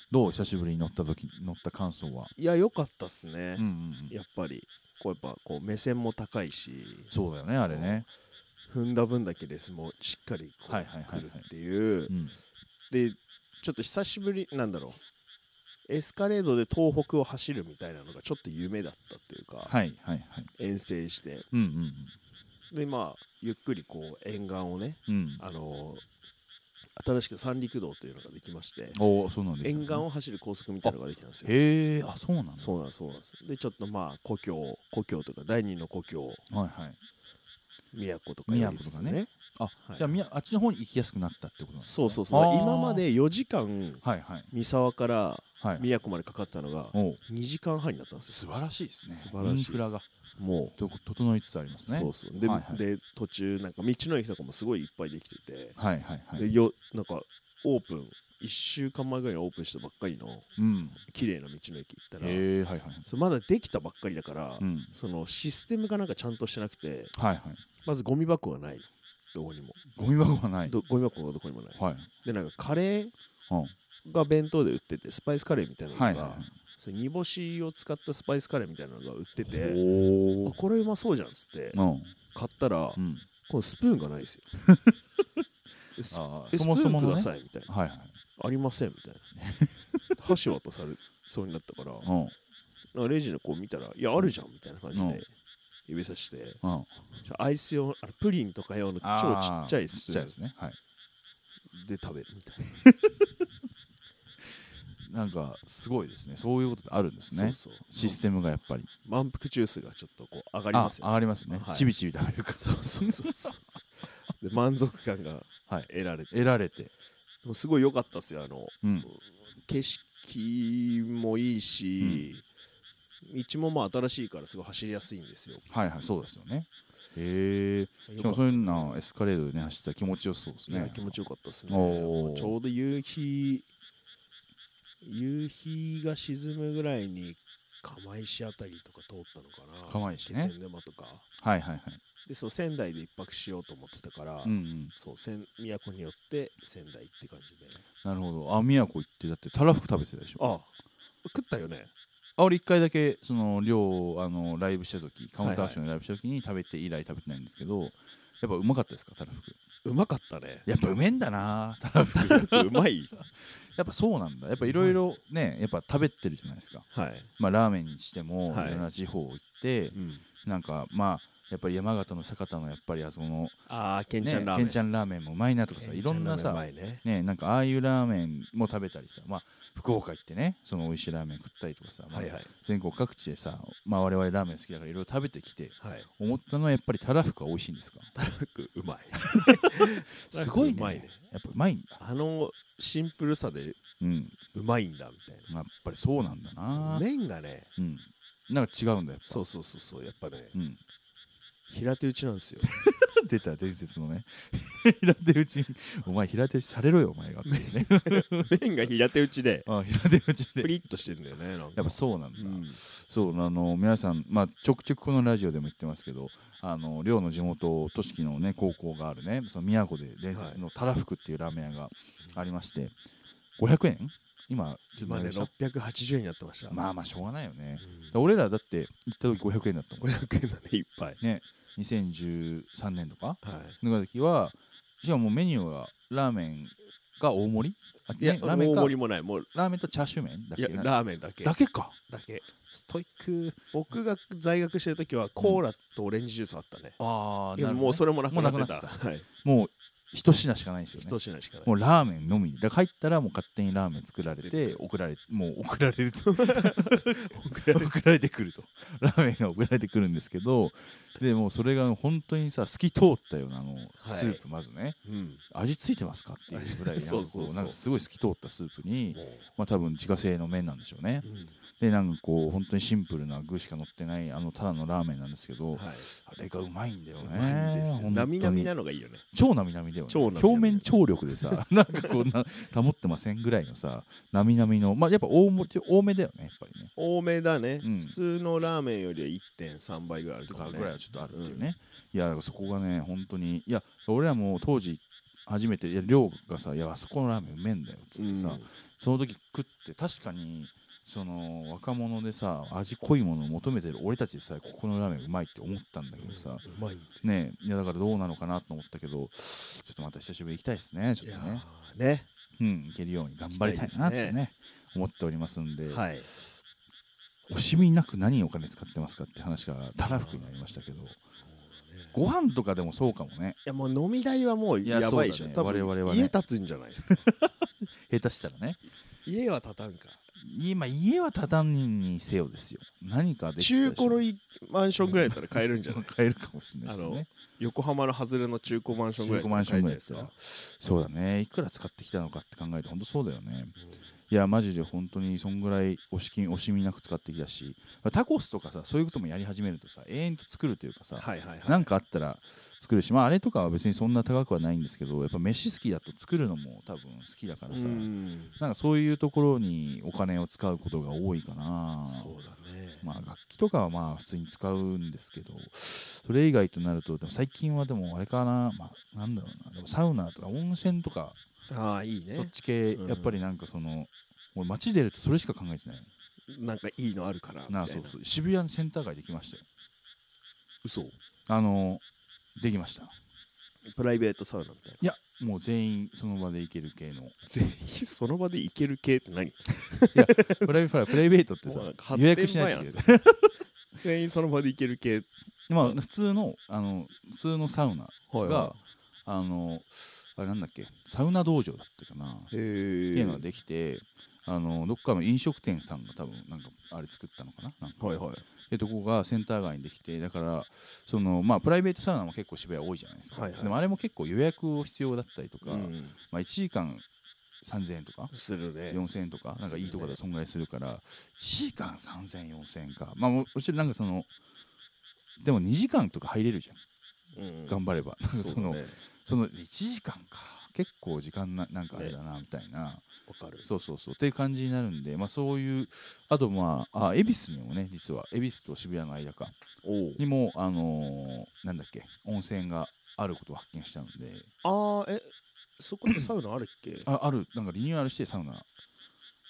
Speaker 1: どう久しぶりに乗った時乗った感想はい
Speaker 2: や良かったっすね
Speaker 1: うん、うんうん
Speaker 2: やっぱりこうやっぱこう目線も高いし
Speaker 1: そうだよねあれね
Speaker 2: 踏んだ分だけレスもしっかりこ
Speaker 1: はいはいはいうはい
Speaker 2: 来るっていう
Speaker 1: うん
Speaker 2: でちょっと久しぶりなんだろうエスカレードで東北を走るみたいなのがちょっと夢だったっていうか、
Speaker 1: はいはいはい
Speaker 2: 遠征して
Speaker 1: うんうん
Speaker 2: でまあゆっくりこう沿岸をね
Speaker 1: うんうん
Speaker 2: あの新しく三陸道というのができまして
Speaker 1: おおそうなんです
Speaker 2: 沿岸を走る高速みたいなのができたんですよ
Speaker 1: へえあそうなんだ
Speaker 2: そうなんですそうなんですでちょっとまあ故郷故郷とか第二の故郷
Speaker 1: はいはい
Speaker 2: 宮古とかやりつつ
Speaker 1: 宮古とかねあ、
Speaker 2: はい
Speaker 1: じゃあみやあっちの方に行きやすくなったってことなんですね
Speaker 2: そうそうそう
Speaker 1: あー
Speaker 2: 今まで4時間
Speaker 1: はいはい
Speaker 2: 三沢から
Speaker 1: はい
Speaker 2: 宮古までかかったのが
Speaker 1: おう
Speaker 2: 2時間半になったんですよ
Speaker 1: 素晴らしいですね
Speaker 2: 素晴らしいです
Speaker 1: インフラが
Speaker 2: も
Speaker 1: と整いつつあります
Speaker 2: う、
Speaker 1: ね
Speaker 2: そうそうで,、
Speaker 1: はいはい
Speaker 2: で途中なんか道の駅とかもすごいいっぱいできてて、
Speaker 1: はいはいはい
Speaker 2: でよなんかオープン1週間前ぐらいにオープンしたばっかりの
Speaker 1: うん
Speaker 2: 綺麗な道の駅行ったら、
Speaker 1: へえはいはい
Speaker 2: そうまだできたばっかりだから、
Speaker 1: うん
Speaker 2: そのシステムがなんかちゃんとしてなくて
Speaker 1: はいはい
Speaker 2: まずゴミ箱がないどこにも、
Speaker 1: ゴミ箱がない
Speaker 2: どゴミ箱がどこにもない
Speaker 1: はい
Speaker 2: でなんかカレ
Speaker 1: うん
Speaker 2: ーが弁当で売っててスパイスカレーみたいなのが、
Speaker 1: はいはいはい
Speaker 2: そう煮干しを使ったスパイスカレーみたいなのが売ってて
Speaker 1: お
Speaker 2: あこれうまそうじゃんっつって
Speaker 1: うん
Speaker 2: 買ったら、
Speaker 1: うん
Speaker 2: このスプーンがないで すよえス
Speaker 1: あー
Speaker 2: え
Speaker 1: そもそも
Speaker 2: ス
Speaker 1: の
Speaker 2: プーンく
Speaker 1: ね
Speaker 2: ださいみたいな
Speaker 1: はいはい
Speaker 2: ありませんみたいな 箸渡されそうになったから
Speaker 1: うん
Speaker 2: なんかレジの子見たら「いやあるじゃん」みたいな感じ
Speaker 1: うん
Speaker 2: で指さして
Speaker 1: うん
Speaker 2: じゃあアイス用あのプリンとか用の超ちっちゃいスプーン
Speaker 1: ですねはい
Speaker 2: で食べるみたいな、
Speaker 1: なんかすごいですねそういうことってあるんですね
Speaker 2: そうそう
Speaker 1: システムがやっぱり
Speaker 2: 満腹ジュースがちょっとこう上が
Speaker 1: あ
Speaker 2: りますよ
Speaker 1: 上
Speaker 2: ね
Speaker 1: がりますね
Speaker 2: はい
Speaker 1: ちびちび食べるか
Speaker 2: そうそうそうそうで満足感が
Speaker 1: らはい
Speaker 2: 得られて
Speaker 1: 得られて
Speaker 2: でもすごい良かったっすよあの
Speaker 1: うん
Speaker 2: 景色もいいし、道もまあ新しいからすごい走りやすいんですよ。
Speaker 1: はいはいそうですよねへえしか
Speaker 2: よ
Speaker 1: も
Speaker 2: か
Speaker 1: そ
Speaker 2: っ
Speaker 1: ういうのエスカレードでね走ってたら気持ちよさそうです
Speaker 2: たね
Speaker 1: ね
Speaker 2: 気持ちよかったですね。
Speaker 1: おー
Speaker 2: もうちょうど夕日夕日が沈むぐらいに釜石あたりとか通ったのかな。
Speaker 1: 釜石ね
Speaker 2: 気仙沼とか。
Speaker 1: はいはいはい
Speaker 2: でそう仙台で一泊しようと思ってたから、
Speaker 1: うんうん
Speaker 2: そう仙都によって仙台って感じで。
Speaker 1: なるほどあ宮古行ってだってたらふく食べてたでしょ
Speaker 2: あ食ったよね。
Speaker 1: あ俺一回だけその量あのライブした時カウンターアクションでライブした時に食べて以来食べてないんですけどやっぱうまかったですかたらふく
Speaker 2: うまかったね。
Speaker 1: やっぱうめえんだなたらふく
Speaker 2: うまい。
Speaker 1: やっぱそうなんだやっぱいろいろねやっぱ食べてるじゃないですか
Speaker 2: はい。
Speaker 1: まあラーメンにしても
Speaker 2: はい
Speaker 1: いろんな地方行って、
Speaker 2: うん、
Speaker 1: なんかまあやっぱり山形の酒田のやっぱりあそこの、
Speaker 2: ああ、け
Speaker 1: ね、
Speaker 2: んちゃんラーメ
Speaker 1: け
Speaker 2: ン。
Speaker 1: んちゃんラーメンもうまいなとかさいろんなさ
Speaker 2: ケンちゃんラーメンうまいね
Speaker 1: ね、なんかああいうラーメンも食べたりさ、まあ、福岡行ってねその美味しいラーメン食ったりとかさ、まあ
Speaker 2: はいはい
Speaker 1: 全国各地でさ、まあ、我々ラーメン好きだからいろいろ食べてきて
Speaker 2: はい
Speaker 1: 思ったのはやっぱりたらふくは美味しいんですか
Speaker 2: たらふくう まい
Speaker 1: すごいね
Speaker 2: うまいね
Speaker 1: やっぱうまいんだ
Speaker 2: あのシンプルさで
Speaker 1: うん、
Speaker 2: うまいんだみたい
Speaker 1: やっぱりそうなんだ
Speaker 2: な
Speaker 1: な、
Speaker 2: 麺がね
Speaker 1: うん、なんか違うんだよ、
Speaker 2: そうそうそうそうやっぱね
Speaker 1: うん、
Speaker 2: 平手打ちなんですよ
Speaker 1: 出た伝説のね 平手打ちお前平手打ちされろよお前がっていうね
Speaker 2: 麺が平手打ちで
Speaker 1: あ平手打ちで
Speaker 2: プリッとしてんだよねなんか
Speaker 1: やっぱそうなんだ、
Speaker 2: うん
Speaker 1: そうあの皆さん、まあ、ちょくちょくこのラジオでも言ってますけどあの寮の地元都市の、ね、高校があるねその宮古で伝説のたらふくっていうラーメン屋がありまして、500円今ちょっと
Speaker 2: 今
Speaker 1: 値上
Speaker 2: ね
Speaker 1: げした
Speaker 2: 680円になってました
Speaker 1: まあまあしょうがないよね
Speaker 2: う、ん
Speaker 1: だ俺らだって行った時500円だったもん
Speaker 2: 500円だねいっぱい
Speaker 1: ね2013年とか
Speaker 2: は
Speaker 1: の時はしかももうメニューがラーメンが大盛りあ
Speaker 2: いいや
Speaker 1: ねラ
Speaker 2: 大
Speaker 1: ーメンか
Speaker 2: 盛りもないもう
Speaker 1: ラーメンとチャーシュー麺だっ
Speaker 2: い
Speaker 1: け
Speaker 2: や
Speaker 1: な
Speaker 2: ラーメンだけ
Speaker 1: だけか
Speaker 2: だけ
Speaker 1: ストイック
Speaker 2: 僕が在学してる時はコーラとオレンジジュースあったね、
Speaker 1: あ
Speaker 2: いやもうそれもなくなってた
Speaker 1: もうなくなっ
Speaker 2: はい
Speaker 1: もう一品しかないんですよね
Speaker 2: 一品しかない
Speaker 1: もうラーメンのみだから入ったらもう勝手にラーメン作られて送られもう送られると 送られてくるとラーメンが送られてくるんですけどでもうそれが本当にさ透き通ったようなあの
Speaker 2: はい
Speaker 1: スープまずね、
Speaker 2: うん
Speaker 1: 味ついてますかっていうぐらいなんかこ
Speaker 2: そうそうそう
Speaker 1: なんかすごい透き通ったスープに
Speaker 2: もう
Speaker 1: まあ多分自家製の麺なんでしょうね
Speaker 2: うん
Speaker 1: でなんかこう本当にシンプルな具しか乗ってないあのただのラーメンなんですけど、
Speaker 2: はい
Speaker 1: あれがうまいんだよ
Speaker 2: うまいん
Speaker 1: ね
Speaker 2: ですよなみなみなのがいいよね
Speaker 1: 超なみなみだよね
Speaker 2: 超並々
Speaker 1: 表面張力でさ なんかこうな保ってませんぐらいのさなみなみのまあやっぱ大もち多めだよねやっぱりね
Speaker 2: 多めだね、
Speaker 1: うん
Speaker 2: 普通のラーメンよりは1.3倍ぐらいある
Speaker 1: と
Speaker 2: と
Speaker 1: か
Speaker 2: かね
Speaker 1: ぐらいはちょっとあるっていうね、いやだからそこがね本当にいや俺らも当時初めていや寮がさ「いやあそこのラーメンうめえんだよ」っつってさ、
Speaker 2: うん
Speaker 1: その時食って確かにその若者でさ味濃いものを求めてる俺たちでさえここのラーメンうまいって思ったんだけどさ、
Speaker 2: うまいんです
Speaker 1: ねえいやだからどうなのかなと思ったけどちょっとまた久しぶりに行きたいですねち
Speaker 2: い
Speaker 1: ょっ
Speaker 2: や
Speaker 1: とね。
Speaker 2: ーね
Speaker 1: うん、いけるように頑張りたいなって
Speaker 2: 行きたいで
Speaker 1: ね
Speaker 2: す
Speaker 1: 思っておりますんで、
Speaker 2: はい
Speaker 1: 惜しみなく何にお金使ってますかって話がたらふくになりましたけど、ご飯とかでもそうかもね
Speaker 2: いやもう飲み代はもう
Speaker 1: いや
Speaker 2: やばいでしょ、
Speaker 1: そうだ
Speaker 2: 多
Speaker 1: ね
Speaker 2: 分
Speaker 1: 我々はね
Speaker 2: 家建つんじゃない ですか
Speaker 1: 下手したらね
Speaker 2: 家は建たんか
Speaker 1: 今家は畳にせよですよ何かできたでし
Speaker 2: 中
Speaker 1: ょ
Speaker 2: 古のいマンションぐらいだったら買えるんじ ゃない
Speaker 1: 買えるかもしれないですよね
Speaker 2: 横浜の外れの中古マンションぐらいだったら買えるんじゃないです
Speaker 1: 中古マンションぐらいだったら
Speaker 2: か
Speaker 1: そうだねいくら使ってきたのかって考えて本当そうだよね、いやマジで本当にそんぐらい惜しき惜しみなく使ってきたしタコスとかさそういうこともやり始めるとさ永遠と作るというかさ、
Speaker 2: はいはいはい
Speaker 1: なんかあったら作るし、まあ、あれとかは別にそんな高くはないんですけどやっぱ飯好きだと作るのも多分好きだからさ、
Speaker 2: うん
Speaker 1: なんかそういうところにお金を使うことが多いかな
Speaker 2: そうだね
Speaker 1: まあ楽器とかはまあ普通に使うんですけどそれ以外となるとでも最近はでもあれかな、まあ、なんだろうなでもサウナとか温泉とか、
Speaker 2: ああいいね
Speaker 1: そっち系
Speaker 2: うん
Speaker 1: やっぱりなんかその俺街出るとそれしか考えてない
Speaker 2: なんかいいのあるから
Speaker 1: な
Speaker 2: み
Speaker 1: あ
Speaker 2: たい
Speaker 1: そ
Speaker 2: な
Speaker 1: うそう渋谷のセンター街できましたよ
Speaker 2: 嘘
Speaker 1: あのできました
Speaker 2: プライベートサウナみたいない
Speaker 1: やもう全員その場で行ける系の
Speaker 2: 全員その場で行ける系って何
Speaker 1: プライベートプライベートってさ
Speaker 2: もうなんか発
Speaker 1: 予約しないとい
Speaker 2: 展
Speaker 1: け
Speaker 2: 前
Speaker 1: ない
Speaker 2: 全員その場で行ける系
Speaker 1: まあ普通のあの普通のサウナ
Speaker 2: はい
Speaker 1: が、
Speaker 2: は
Speaker 1: あのあれなんだっけサウナ道場だったかな
Speaker 2: へ
Speaker 1: っていうのが
Speaker 2: え
Speaker 1: できてあのどっかの飲食店さんが多分なんかあれ作ったのかななんか
Speaker 2: はいはい
Speaker 1: でとこがセンター街にできてだからそのまあプライベートサウナも結構渋谷多いじゃないですか、
Speaker 2: はいはい
Speaker 1: でもあれも結構予約を必要だったりとか、
Speaker 2: うん
Speaker 1: まあ、1時間3000円とか
Speaker 2: するね
Speaker 1: 4000円とか、なんかいいとこだとそんぐらいするから、1時間3000円、4000円か。まあ、ももちろんなんかその、でも2時間とか入れるじゃん、
Speaker 2: うん
Speaker 1: 頑張れば。なんかそ
Speaker 2: そうだ
Speaker 1: の、
Speaker 2: ね
Speaker 1: その1時間か、結構時間な、なんかあれだな、みたいな、
Speaker 2: わかる
Speaker 1: そうそうそう、っていう感じになるんで、まあそういう、あとまあ、あ恵比寿にもね、実は、恵比寿と渋谷の間か、
Speaker 2: おう
Speaker 1: にも、あのーなんだっけ、温泉があることを発見したので、
Speaker 2: ああえそこってサウナある っけ
Speaker 1: あある、なんかリニューアルしてサウナ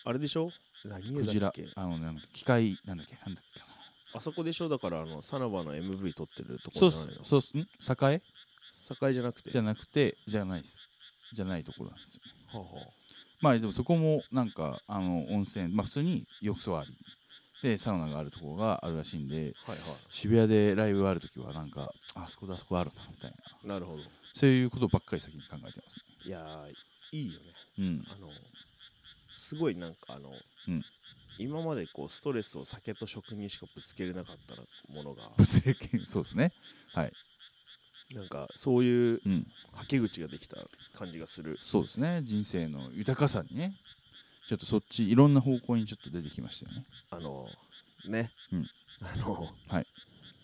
Speaker 2: あれでしょ何
Speaker 1: クジ
Speaker 2: 湯だ
Speaker 1: ラ
Speaker 2: っけ、
Speaker 1: あの、なんか機械、なんだっけ、なんだっけかな。
Speaker 2: あそこでしょだからあのサナバの MV 撮ってると
Speaker 1: そ
Speaker 2: こ
Speaker 1: う
Speaker 2: じゃないの
Speaker 1: そうっす、ん栄
Speaker 2: 境じゃなくて
Speaker 1: じゃなくてじゃないですじゃないところなんですよね
Speaker 2: はあは
Speaker 1: まあでもそこもなんかあの温泉まあ普通に浴槽ありでサウナがあるところがあるらしいんで
Speaker 2: あはいは
Speaker 1: 渋谷でライブがある時はなんかああそこだあそこあるなみたいない
Speaker 2: なるほど
Speaker 1: そういうことばっかり先に考えてます
Speaker 2: いやーいいよね
Speaker 1: ね
Speaker 2: あのすごいなんかあの、
Speaker 1: うん
Speaker 2: 今までこうストレスを酒と食にしかぶつけれなかったものが
Speaker 1: うん物理系そうですねはい
Speaker 2: なんかそういう
Speaker 1: うん
Speaker 2: はけ口ができた感じがする
Speaker 1: そうですね人生の豊かさにねちょっとそっちいろんな方向にちょっと出てきましたよね。
Speaker 2: あのね、
Speaker 1: うん
Speaker 2: あの、
Speaker 1: はい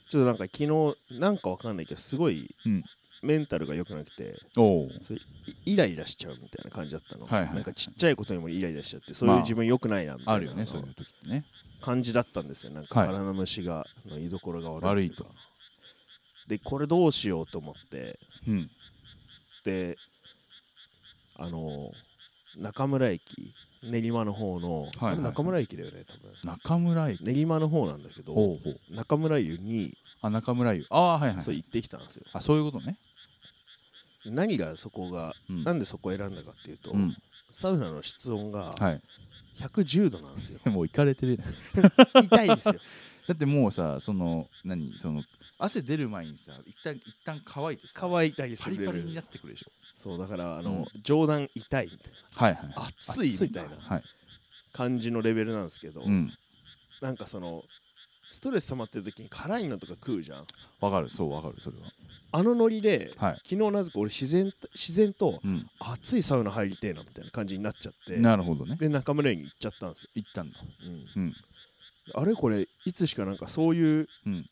Speaker 2: ちょっとなんか昨日なんかわかんないけどすごい
Speaker 1: うん
Speaker 2: メンタルが良くなくて、
Speaker 1: おお。
Speaker 2: それイイライラしちゃうみたいな感じだったの、
Speaker 1: はいはい
Speaker 2: なんかちっちゃいことにもイライラしちゃってそういう自分良くないなみたいな、
Speaker 1: あるよね、そういう時ってね。
Speaker 2: 感じだったんですよなんか
Speaker 1: はい
Speaker 2: 腹の虫がの居所が悪い
Speaker 1: 悪いと
Speaker 2: とかでこれどうしようと思って
Speaker 1: うん。
Speaker 2: であの中村駅練馬の方の、
Speaker 1: はい
Speaker 2: あれ中村駅だよね多分
Speaker 1: 中村駅。
Speaker 2: 練馬の方なんだけど
Speaker 1: ほうほう。
Speaker 2: 中村湯に
Speaker 1: あ、中村湯。ああ、はいは
Speaker 2: そう
Speaker 1: い。
Speaker 2: 行ってきたんですよ、
Speaker 1: あ、そういうことね。
Speaker 2: 何がそこが、
Speaker 1: うん
Speaker 2: なんでそこを選んだかっていうと、
Speaker 1: うん。
Speaker 2: サウナの室温が
Speaker 1: はい。
Speaker 2: 110度なんです よ、
Speaker 1: もう行かれてる。
Speaker 2: 痛いんですよ
Speaker 1: だってもうさ、その、何、その、汗出る前にさ、一旦一旦乾いてさ、
Speaker 2: 乾いたりす
Speaker 1: パ
Speaker 2: る
Speaker 1: リパリになってくるでしょ。
Speaker 2: そうだからあの、上段痛いみたい
Speaker 1: はいはい。
Speaker 2: な熱いみたいな
Speaker 1: はい。
Speaker 2: 感じのレベルなんですけど、
Speaker 1: うん。
Speaker 2: なんかそのストレス溜まってる時に辛いのとか食うじゃん
Speaker 1: わかる、そうわかる、それは。
Speaker 2: あのノリで、
Speaker 1: はい。
Speaker 2: 昨日なぜか俺自然自然と
Speaker 1: うん。
Speaker 2: 熱いサウナ入りてえなみたいな感じになっちゃって
Speaker 1: なるほどね。
Speaker 2: で中村屋に行っちゃったんですよ、
Speaker 1: 行ったんだ。
Speaker 2: うん
Speaker 1: うん。
Speaker 2: あれこれいつしかなんかそういう
Speaker 1: うん。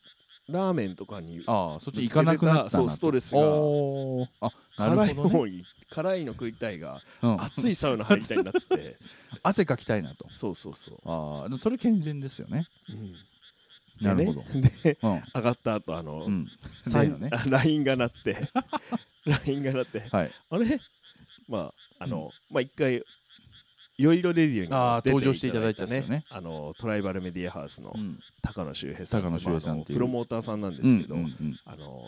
Speaker 2: ラーメンとかに
Speaker 1: ああ、そっち行かなくなったなと。
Speaker 2: そうストレスが
Speaker 1: おーあ、な
Speaker 2: 辛い
Speaker 1: るほどね。
Speaker 2: 方に辛いの食いたいが
Speaker 1: うん
Speaker 2: 熱いサウナ入りたいになって て
Speaker 1: 汗かきたいなと。
Speaker 2: そうそうそう、
Speaker 1: ああ、でもそれ健全ですよね。
Speaker 2: でね
Speaker 1: なるほど。
Speaker 2: で
Speaker 1: うん。
Speaker 2: 上がった後あの、
Speaker 1: うん。
Speaker 2: さ
Speaker 1: 例の
Speaker 2: ん
Speaker 1: ね。
Speaker 2: あ LINE が鳴って LINE が鳴って
Speaker 1: はい。
Speaker 2: あれまああの、まあ一回いろいろレディオに
Speaker 1: あー
Speaker 2: も出
Speaker 1: 登場していただいたっすよね
Speaker 2: あのトライバルメディアハウスの
Speaker 1: うん。
Speaker 2: 高野周平さん
Speaker 1: 高野周平さん
Speaker 2: まああの
Speaker 1: っていう
Speaker 2: プロモーターさんなんですけど、
Speaker 1: うんうん
Speaker 2: あの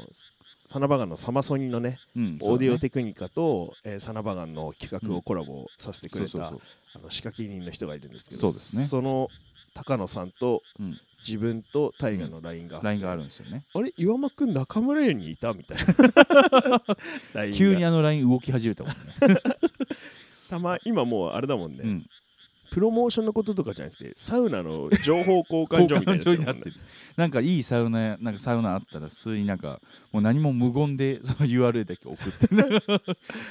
Speaker 2: サナバガンのサマソニのね
Speaker 1: うんうん
Speaker 2: オーディオ
Speaker 1: そうだね
Speaker 2: テクニカと、えーサナバガンの企画
Speaker 1: う
Speaker 2: を
Speaker 1: ん
Speaker 2: コラボさせてく
Speaker 1: そ
Speaker 2: れ
Speaker 1: うそう
Speaker 2: た、
Speaker 1: そう。
Speaker 2: あの仕掛け人の人がいるんですけど
Speaker 1: そうですね
Speaker 2: その高野さんと
Speaker 1: うん
Speaker 2: 自分と大河の LINE があって、
Speaker 1: ラインがあるんですよね。
Speaker 2: あれ岩間くん中村屋にいたみたい な LINE が
Speaker 1: 急にあのライン動き始めたもんね。
Speaker 2: たま今もうあれだもんね、
Speaker 1: うん。
Speaker 2: プロモーションのこととかじゃなくてサウナの情報交換所みたい
Speaker 1: 交換所にな
Speaker 2: な
Speaker 1: ってる。なんかいいサウナや、なんかサウナあったら、普通になんか、もう何も無言で、その URL だけ送って、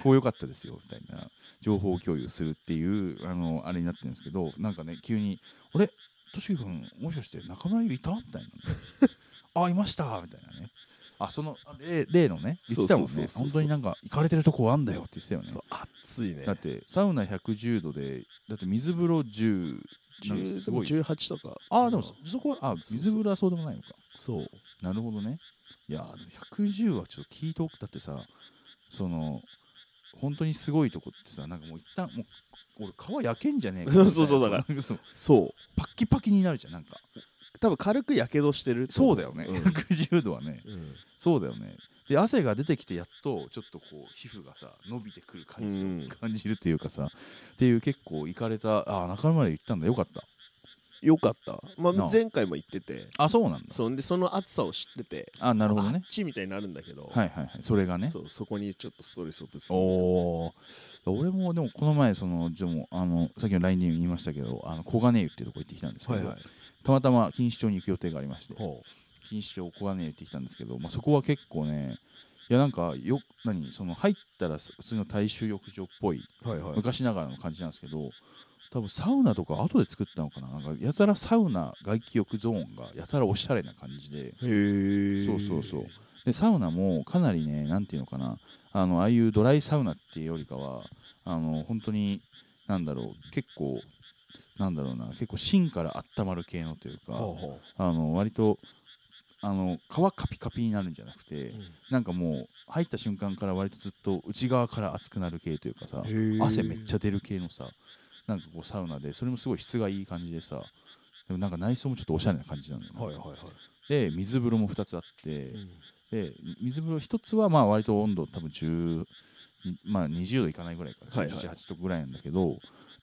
Speaker 1: こう良かったですよ、みたいな情報共有するっていう、あの、あれになってるんですけど、なんかね、急に、あれ、としき君、もしかして中村優いたみたいなね。あ、いましたみたいな ね。あ、その、あ例例のね、言ってたもん
Speaker 2: そうそう
Speaker 1: ね。
Speaker 2: そうそう
Speaker 1: 本当になんか、行かれてるとこあんだよって言ってたよね
Speaker 2: そう。暑いね
Speaker 1: だって、サウナ110度で、だって水風呂10、なんか
Speaker 2: 10
Speaker 1: すごい
Speaker 2: 18とか
Speaker 1: ああ、でもそそこは、あ、
Speaker 2: そう
Speaker 1: 水風呂はそうでもないのか。
Speaker 2: そう
Speaker 1: なるほどね。いやー、でも110はちょっと聞いておく。だってさ、その、本当にすごいとこってさ、なんかもう一旦、もう、俺、皮焼けんじゃねえ か
Speaker 2: そうそうそうだから
Speaker 1: ら。そう
Speaker 2: そう
Speaker 1: パッキパキになるじゃん、なんか。
Speaker 2: 多分軽くやけどしてると
Speaker 1: そ
Speaker 2: 思
Speaker 1: うだよね。
Speaker 2: うん
Speaker 1: 110度はね。そうだよね。で、汗が出てきて、やっと、ちょっとこう、皮膚がさ、伸びてくる感じを
Speaker 2: うん
Speaker 1: 感じるっていうかさ、っていう結構、いかれた、ああ、中村まで行ったんだ、よかった。
Speaker 2: よかった、ま
Speaker 1: な
Speaker 2: あ
Speaker 1: あ、
Speaker 2: 前回も言ってて
Speaker 1: あ、そうなんだ。
Speaker 2: そんでその暑さを知ってて
Speaker 1: あ、なるほど
Speaker 2: あ
Speaker 1: ね
Speaker 2: っ。ちみたいになるんだけど、
Speaker 1: はいはいはい。それがね。
Speaker 2: そうそこにちょっとストレスをぶつけて
Speaker 1: おお俺もでもこの前そのじゃあもうあのさっきの LINE で言いましたけどあの小金湯っていうとこ行ってきたんですけど、たまたま錦糸町に行く予定がありまして
Speaker 2: ほ
Speaker 1: 錦糸町小金井行ってきたんですけど、まあ、そこは結構ねいやなんかよ何その入ったらす普通の大衆浴場っぽい、
Speaker 2: うはいは
Speaker 1: 昔ながらの感じなんですけど多分サウナとか後で作ったのかななんかやたらサウナ外気浴ゾーンがやたらおしゃれな感じで
Speaker 2: へえ
Speaker 1: そうそうそうでサウナもかなりねなんていうのかなあのああいうドライサウナっていうよりかはあの本当になんだろう結構なんだろうな結構芯から温まる系のというか
Speaker 2: ほうほ
Speaker 1: あの割とあの皮カピカピになるんじゃなくて、
Speaker 2: う、
Speaker 1: なんかもう入った瞬間から割とずっと内側から熱くなる系というかさ
Speaker 2: へー
Speaker 1: 汗めっちゃ出る系のさなんかこうサウナでそれもすごい質がいい感じでさでもなんか内装もちょっとおしゃれな感じなのよね、
Speaker 2: はいはいはい、
Speaker 1: で水風呂も2つあって、
Speaker 2: うん
Speaker 1: で水風呂一つはまあ割と温度多分10、まあ、20度いかないぐらいから
Speaker 2: はいはい
Speaker 1: 178度ぐらいなんだけど、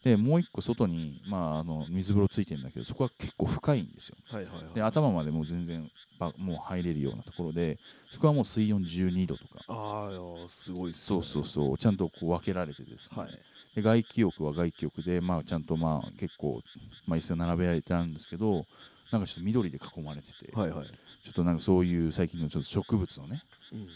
Speaker 1: でもう一個外に、まあ、あの水風呂ついてるんだけどそこは結構深いんですよ
Speaker 2: はいはいはい
Speaker 1: で頭までもう全然ばもう入れるようなところでそこはもう水温12度とか
Speaker 2: ああすごいっす
Speaker 1: そ
Speaker 2: ね
Speaker 1: うそうそうちゃんとこう分けられてですね、
Speaker 2: はい
Speaker 1: で外気浴は外気浴で、まあ、ちゃんとまあ結構、まあ、椅子を並べられてあるんですけどなんかちょっと緑で囲まれてて、
Speaker 2: はいはい
Speaker 1: ちょっとなんかそういう最近のちょっと植物のね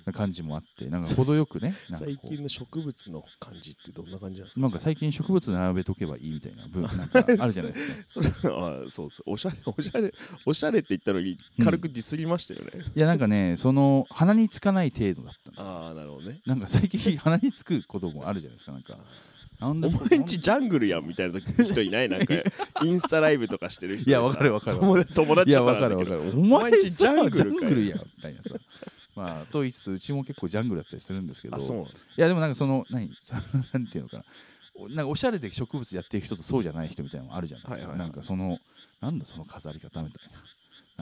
Speaker 2: うん
Speaker 1: 感じもあってなんか程よくねなんかこ
Speaker 2: 最
Speaker 1: う
Speaker 2: 近の植物の感じってどんな感じなんですか
Speaker 1: なんか最近植物並べとけばいいみたいな文なん かあるじゃないですか
Speaker 2: それはあそうそうおしゃれ おしゃれおしゃれって言ったのに軽くディスりましたよね、
Speaker 1: いやなんかねその鼻につかない程度だったの
Speaker 2: ああなるほどね
Speaker 1: なんか最近鼻につくこともあるじゃないですかなんかなん
Speaker 2: お
Speaker 1: で
Speaker 2: 前んちジャングルやんみたいな人い ないなんかインスタライブとかしてる人
Speaker 1: いやわかるわかる
Speaker 2: 友達友
Speaker 1: い
Speaker 2: 達
Speaker 1: や
Speaker 2: とか
Speaker 1: わ
Speaker 2: な
Speaker 1: か
Speaker 2: んだ
Speaker 1: るわ
Speaker 2: け
Speaker 1: かる
Speaker 2: ど
Speaker 1: お前さ
Speaker 2: お前んちジャングルかよ
Speaker 1: ジャングルやんみたいなさまあと言いつつうちも結構ジャングルだったりするんですけど
Speaker 2: あそうなんです
Speaker 1: いやでもなんかその何 そのなんていうのかなおなんかおしゃれで植物やってる人とそうじゃない人みたいなのもあるじゃないですか、
Speaker 2: はいはいはい
Speaker 1: なんかそのなんだその飾り方みたいな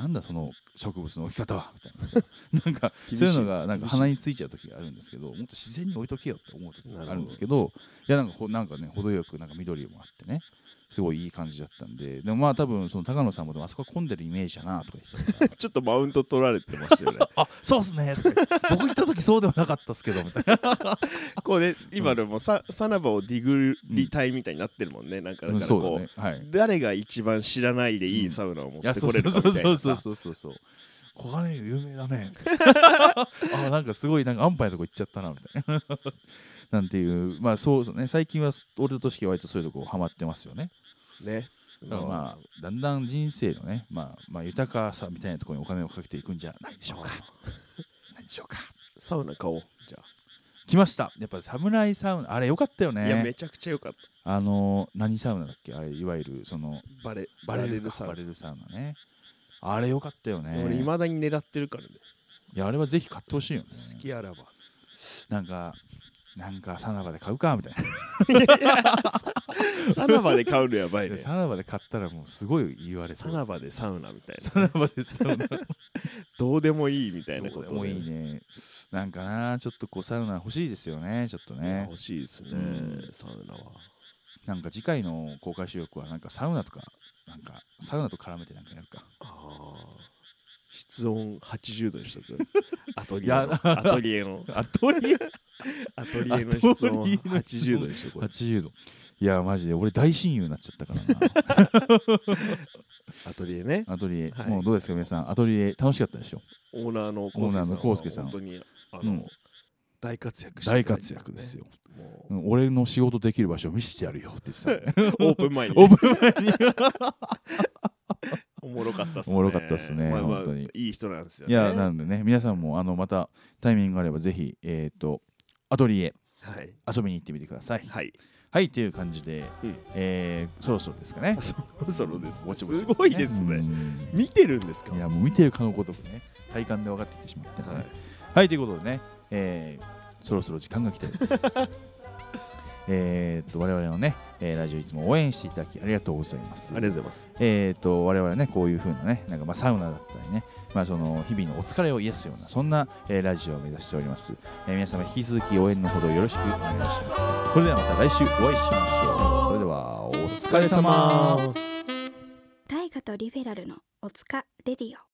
Speaker 1: なんだその植物の置き方はみたいな さなんか
Speaker 2: 厳し
Speaker 1: そ
Speaker 2: いう
Speaker 1: いうのがなんか
Speaker 2: 厳しいです
Speaker 1: 鼻についちゃう時があるんですけどもっと自然に置いとけよって思う時
Speaker 2: なるほ
Speaker 1: が
Speaker 2: ど
Speaker 1: あるんですけどいやなんかほなんかね程よくなんか緑もあってねすごいいい感じだったんででもまあ多分その高野さんもでもあそこは混んでるイメージだなとか言ってたから
Speaker 2: ちょっとマウント取られてましたよ ね
Speaker 1: あそうっすねとか言って僕行った時そうではなかったっすけどみたいな
Speaker 2: こうね今でもさサナバをディグリ隊みたいになってるもんねなんかだ
Speaker 1: う
Speaker 2: か
Speaker 1: ん
Speaker 2: ら
Speaker 1: そうだ
Speaker 2: こ
Speaker 1: ねはいう
Speaker 2: 誰が一番知らないでいいサウナを持っ
Speaker 1: いや
Speaker 2: て
Speaker 1: そう
Speaker 2: これる
Speaker 1: そ
Speaker 2: か
Speaker 1: う
Speaker 2: み
Speaker 1: そ
Speaker 2: たいうな
Speaker 1: そう
Speaker 2: さ
Speaker 1: そうそうそう小金井有名だ ねあなんかすごいなんか安牌のとこ行っちゃったなみたいな なんていうまあそうですね最近は俺ととしきは割とそういうとこハマってますよね
Speaker 2: ね
Speaker 1: だからまあだんだん人生のね、まあ、まあ豊かさみたいなところにお金をかけていくんじゃないでしょうかないでしょうか
Speaker 2: サウナ買おうじゃ
Speaker 1: 来ましたやっぱ侍サウナあれよかったよ
Speaker 2: あ、いや
Speaker 1: ね
Speaker 2: めちゃくちゃ良かった
Speaker 1: あの何サウナだっけあれいわゆるその
Speaker 2: バレ
Speaker 1: バ
Speaker 2: バ
Speaker 1: レ
Speaker 2: レ
Speaker 1: ル
Speaker 2: ルサウ
Speaker 1: バレルサウナねあれよかったよ
Speaker 2: ナ、
Speaker 1: ね
Speaker 2: 俺いまだに狙ってるからね
Speaker 1: いやあれはぜひ買ってほしいよね
Speaker 2: 好きあらば
Speaker 1: なんか、なんか、サナバで買うかみたい
Speaker 2: サナバで買うのやばい
Speaker 1: な。
Speaker 2: ね
Speaker 1: サナバで買ったらもうすごい言われそ
Speaker 2: サ
Speaker 1: う。
Speaker 2: ナバでサウナみたいな
Speaker 1: サナバでサウナ。
Speaker 2: どうでもいいみたいなことで
Speaker 1: もういいね。なんかな、ちょっとこうサウナ欲しいですよね、ちょっと
Speaker 2: いや
Speaker 1: ね
Speaker 2: 欲。しいですね、
Speaker 1: うん
Speaker 2: サウナは
Speaker 1: なんか次回の公開収録は、なんかサウナとか、なんかサウナと絡めてなんかやるか。
Speaker 2: あー室温80度にしとくアトリエ
Speaker 1: いや
Speaker 2: のアトリエの
Speaker 1: アトリエ
Speaker 2: アトリエの室温
Speaker 1: アトリエの室温
Speaker 2: 80度にしとこう
Speaker 1: ?80 度。いや、マジで、俺大親友になっちゃったから
Speaker 2: アトリエね
Speaker 1: な。アトリエ、
Speaker 2: はい
Speaker 1: もうどうですか、皆さん。アトリエ、楽しかったでしょ
Speaker 2: オーナーの
Speaker 1: ーナーの
Speaker 2: コ
Speaker 1: コ
Speaker 2: ウ
Speaker 1: ウ
Speaker 2: ス
Speaker 1: ス
Speaker 2: ケ
Speaker 1: ケさ
Speaker 2: さん
Speaker 1: ん
Speaker 2: は本当にあ
Speaker 1: う
Speaker 2: の、
Speaker 1: ん
Speaker 2: 大活躍して
Speaker 1: 大活躍ですよ、
Speaker 2: ね
Speaker 1: う
Speaker 2: も
Speaker 1: ん俺の仕事できる場所を見せてやるよって言ってたね、
Speaker 2: うオープン前に ね、
Speaker 1: オープン前に
Speaker 2: おもろかったっすね
Speaker 1: おもろかったっすね
Speaker 2: まあまあ
Speaker 1: 本当に
Speaker 2: いい人なんですよ
Speaker 1: い
Speaker 2: ね
Speaker 1: やなんでね皆さんもあのまたタイミングがあればぜひえっ、とアトリエ
Speaker 2: はい
Speaker 1: 遊びに行ってみてください。
Speaker 2: はい
Speaker 1: はいっていう感じで、
Speaker 2: うん
Speaker 1: えーそろそろですかね。
Speaker 2: そろそろですね
Speaker 1: ぼちぼち
Speaker 2: すごいですね、見てるんですか
Speaker 1: うんいやもう見てるかのごとくね体感で分かっていってしまったので、
Speaker 2: は
Speaker 1: はい
Speaker 2: い、
Speaker 1: ということでね、えーそろそろ時間が来たよう です。えーっと我々のね、えーラジオいつも応援していただきありがとうございます。
Speaker 2: ありがとうございます
Speaker 1: えー、と我々はねこういう風なねなんかまあサウナだったりね、まあ、その日々のお疲れを癒すようなそんな、えーラジオを目指しております、えー皆様引き続き応援のほどよろしくお願いしますそれではまた来週お会いしましょうそれではお疲れ様
Speaker 4: 大河とリベラルのおつかレディオ